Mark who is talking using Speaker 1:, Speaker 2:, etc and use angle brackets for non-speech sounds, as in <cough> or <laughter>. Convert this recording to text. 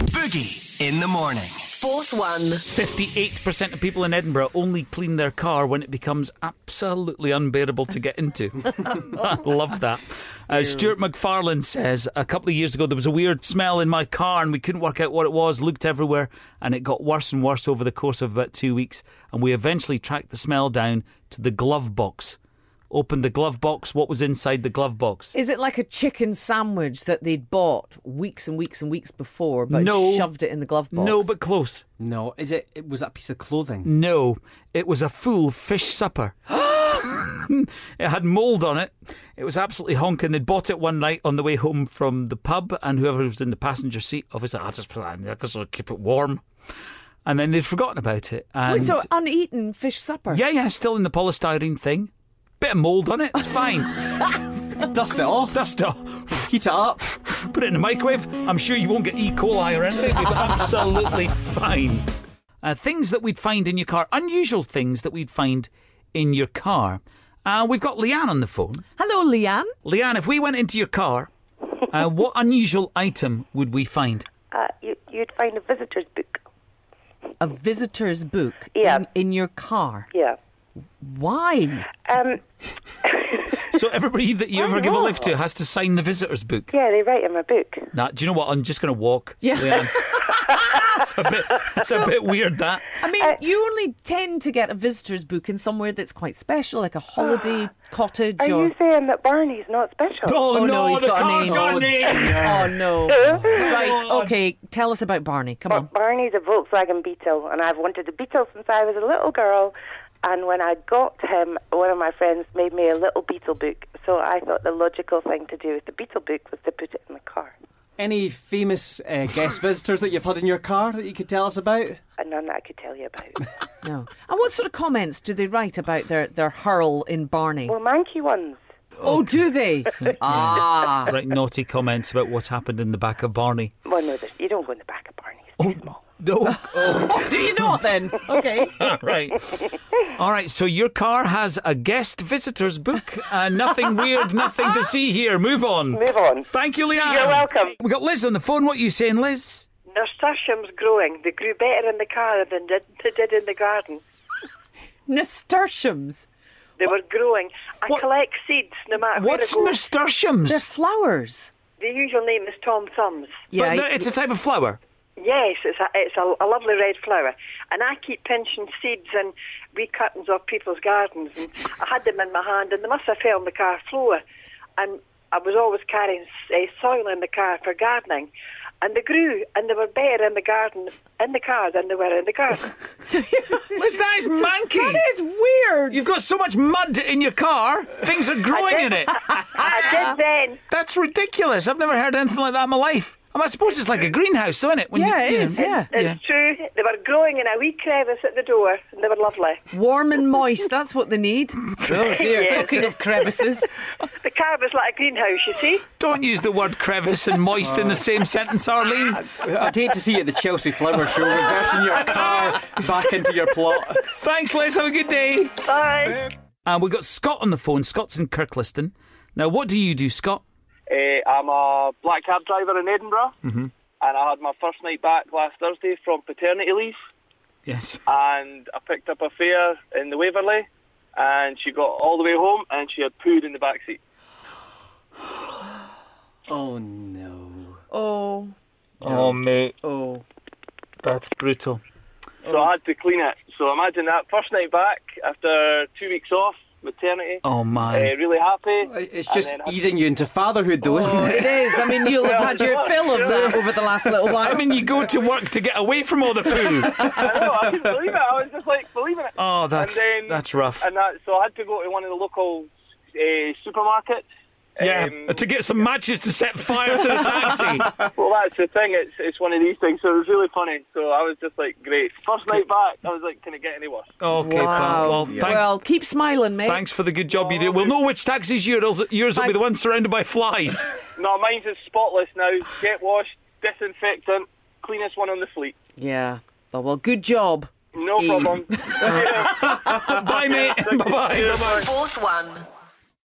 Speaker 1: Boogie in the morning.
Speaker 2: Fourth one.
Speaker 3: 58% of people in Edinburgh only clean their car when it becomes absolutely unbearable to get into. <laughs> I love that. Uh, Stuart McFarlane says A couple of years ago, there was a weird smell in my car and we couldn't work out what it was, looked everywhere, and it got worse and worse over the course of about two weeks. And we eventually tracked the smell down to the glove box. Opened the glove box. What was inside the glove box?
Speaker 4: Is it like a chicken sandwich that they'd bought weeks and weeks and weeks before, but
Speaker 3: No.
Speaker 4: shoved it in the glove box?
Speaker 3: No, but close.
Speaker 5: No, is it? it was that piece of clothing?
Speaker 3: No, it was a full fish supper. <gasps> it had mould on it. It was absolutely honking. They'd bought it one night on the way home from the pub, and whoever was in the passenger seat obviously, I'll just put that in there because it'll keep it warm. And then they'd forgotten about it. And
Speaker 4: Wait, so uneaten fish supper.
Speaker 3: yeah, yeah, still in the polystyrene thing. Bit of mould on it. It's fine. <laughs>
Speaker 5: Dust it off.
Speaker 3: Dust off.
Speaker 5: Heat it up.
Speaker 3: Put it in the microwave. I'm sure you won't get E. coli or anything. It'll be absolutely fine. Uh, things that we'd find in your car, unusual things that we'd find in your car. Uh, we've got Leanne on the phone.
Speaker 4: Hello, Leanne.
Speaker 3: Leanne, if we went into your car, uh, what unusual item would we find?
Speaker 6: Uh, you, you'd find a visitor's book.
Speaker 4: A visitor's book
Speaker 6: Yeah.
Speaker 4: in, in your car.
Speaker 6: Yeah.
Speaker 4: Why?
Speaker 6: Um,
Speaker 3: So everybody that you ever give a lift to has to sign the visitor's book.
Speaker 6: yeah, they write him a book.
Speaker 3: Nah, do you know what? I'm just going to walk.
Speaker 4: Yeah. <laughs>
Speaker 3: Leanne. it's a bit. It's a bit weird that.
Speaker 4: I mean,
Speaker 6: Uh,
Speaker 4: you only tend to get a visitor's book in somewhere that's quite special, like a holiday cottage
Speaker 6: <gasps> Are
Speaker 4: or.
Speaker 6: you saying that Barney's not special?
Speaker 3: Oh,
Speaker 4: Oh, no, he's
Speaker 3: the
Speaker 4: got a
Speaker 3: car's
Speaker 4: name.
Speaker 3: got
Speaker 4: Oh,
Speaker 3: a name. Oh,
Speaker 4: Oh
Speaker 6: <laughs>
Speaker 4: no! right, okay. Tell us about Barney. Come
Speaker 6: Bar- <laughs>
Speaker 4: on.
Speaker 6: Barney's a Volkswagen Beetle, and I've wanted a Beetle since I was a little girl. And when I got him, one of my friends made me a little Beetle book. So I thought the logical thing to do with the Beetle book was to put it in the car.
Speaker 5: Any famous uh, guest visitors that you've had in your car that you could tell us about?
Speaker 6: And none that I could tell you about.
Speaker 4: No. And what sort of comments do they write about their their hurl in Barney?
Speaker 6: well, manky ones.
Speaker 4: Oh, do
Speaker 6: <laughs>
Speaker 4: they? ah.
Speaker 3: Right, naughty comments about what happened in the back of Barney.
Speaker 6: Well, no, there's- you don't go in the back of Barney's. It's small.
Speaker 3: No.
Speaker 4: Oh, <laughs> Do you not then? Okay.
Speaker 3: <laughs> right. All right. So your car has a guest visitor's book. Uh, nothing weird. Nothing to see here. Move on.
Speaker 6: Move on.
Speaker 3: Thank you, Leanne.
Speaker 6: You're welcome.
Speaker 3: We got Liz on the phone. What are you saying, Liz?
Speaker 7: Nasturtiums growing. They grew better in the car than did, they did in the garden.
Speaker 4: Nasturtiums.
Speaker 7: They were growing. I
Speaker 3: What-
Speaker 7: collect seeds no matter
Speaker 3: What's
Speaker 7: where I go.
Speaker 3: nasturtiums?
Speaker 4: They're flowers.
Speaker 7: the usual name is Tom Thumbs.
Speaker 3: But
Speaker 4: Yeah.
Speaker 3: they're- it's a type of flower.
Speaker 7: Yes, it's a, it's a, a lovely red flower. And I keep pinching seeds in wee curtains off people's gardens. And I had them in my hand and they must have fell on the car floor. And I was always carrying uh, soil in the car for gardening. And they grew and they were better in the garden, in the car than they were in the garden.
Speaker 3: <laughs>
Speaker 4: So-
Speaker 3: Liz, that is manky.
Speaker 4: <laughs> That is weird.
Speaker 3: You've got so much mud in your car. Things are growing in
Speaker 6: <laughs>
Speaker 3: it.
Speaker 7: I did then.
Speaker 3: That's ridiculous. I've never heard anything like that in my life. I, mean, I suppose it's like a greenhouse, though, isn't it? When
Speaker 4: Yeah,
Speaker 3: you,
Speaker 4: it
Speaker 3: you
Speaker 4: is,
Speaker 3: know-
Speaker 4: yeah.
Speaker 7: It's true. They were growing in a wee crevice at the door, and they were lovely.
Speaker 4: Warm and moist. That's what they need.
Speaker 5: Oh
Speaker 4: <laughs>
Speaker 5: dear.
Speaker 4: Talking
Speaker 3: <laughs>
Speaker 4: of crevices.
Speaker 7: The car was like a greenhouse, you see.
Speaker 3: Don't use the word crevice and moist in the same sentence,
Speaker 4: <laughs>
Speaker 3: Arlene.
Speaker 5: I'd hate to see you at the Chelsea Flower Show reversing your car back into your plot.
Speaker 3: Thanks, Liz. Have a good day.
Speaker 7: Bye.
Speaker 3: And we've got Scott on the phone. Scott's in Kirkliston. Now, what do you do, Scott?
Speaker 8: Uh, I'm a black cab driver in Edinburgh,
Speaker 3: Mm-hmm.
Speaker 8: and I had my first night back last Thursday from paternity leave,
Speaker 3: Yes.
Speaker 8: and I picked up a fare in the Waverley, and she got all the way home, and she had pooed in the back seat.
Speaker 5: <sighs> Oh no.
Speaker 4: Oh.
Speaker 3: Oh, mate.
Speaker 4: Oh.
Speaker 3: That's brutal.
Speaker 8: So I had to clean it. So imagine that first night back after two weeks off maternity.
Speaker 3: Oh,
Speaker 8: Uh,
Speaker 3: my.
Speaker 8: really happy.
Speaker 5: It's just
Speaker 8: then I-
Speaker 5: easing you into fatherhood, though, isn't
Speaker 4: Oh,
Speaker 5: it?
Speaker 4: it is. I mean, you'll have
Speaker 3: <laughs>
Speaker 4: had your fill of that over the last little while.
Speaker 3: I mean, you go to work to get away from all the poo. <laughs>
Speaker 8: I know, I couldn't believe it. I was just like believing it.
Speaker 3: Oh, that's
Speaker 8: And then-
Speaker 3: that's rough.
Speaker 8: And that, so I had to go to one of the local uh, supermarkets.
Speaker 3: Yeah,
Speaker 8: um,
Speaker 3: to get some matches to set fire to the <laughs> taxi.
Speaker 8: Well, that's the thing. It's it's one of these things. So it was really funny. So I was just like, great. First night back, I was like, can it get any worse?
Speaker 3: Okay, pal.
Speaker 4: wow.
Speaker 3: Well, thanks.
Speaker 4: Well, keep smiling, mate.
Speaker 3: Thanks for the good job you did. We'll know which taxi's yours. Yours will be the one surrounded by flies.
Speaker 8: No, mine's is spotless now. Get washed, disinfectant, cleanest one on the fleet.
Speaker 4: Yeah. Oh, well, good job.
Speaker 8: No problem.
Speaker 3: E. <laughs>
Speaker 8: <laughs>
Speaker 3: Bye, mate. Bye bye.
Speaker 2: Fourth one.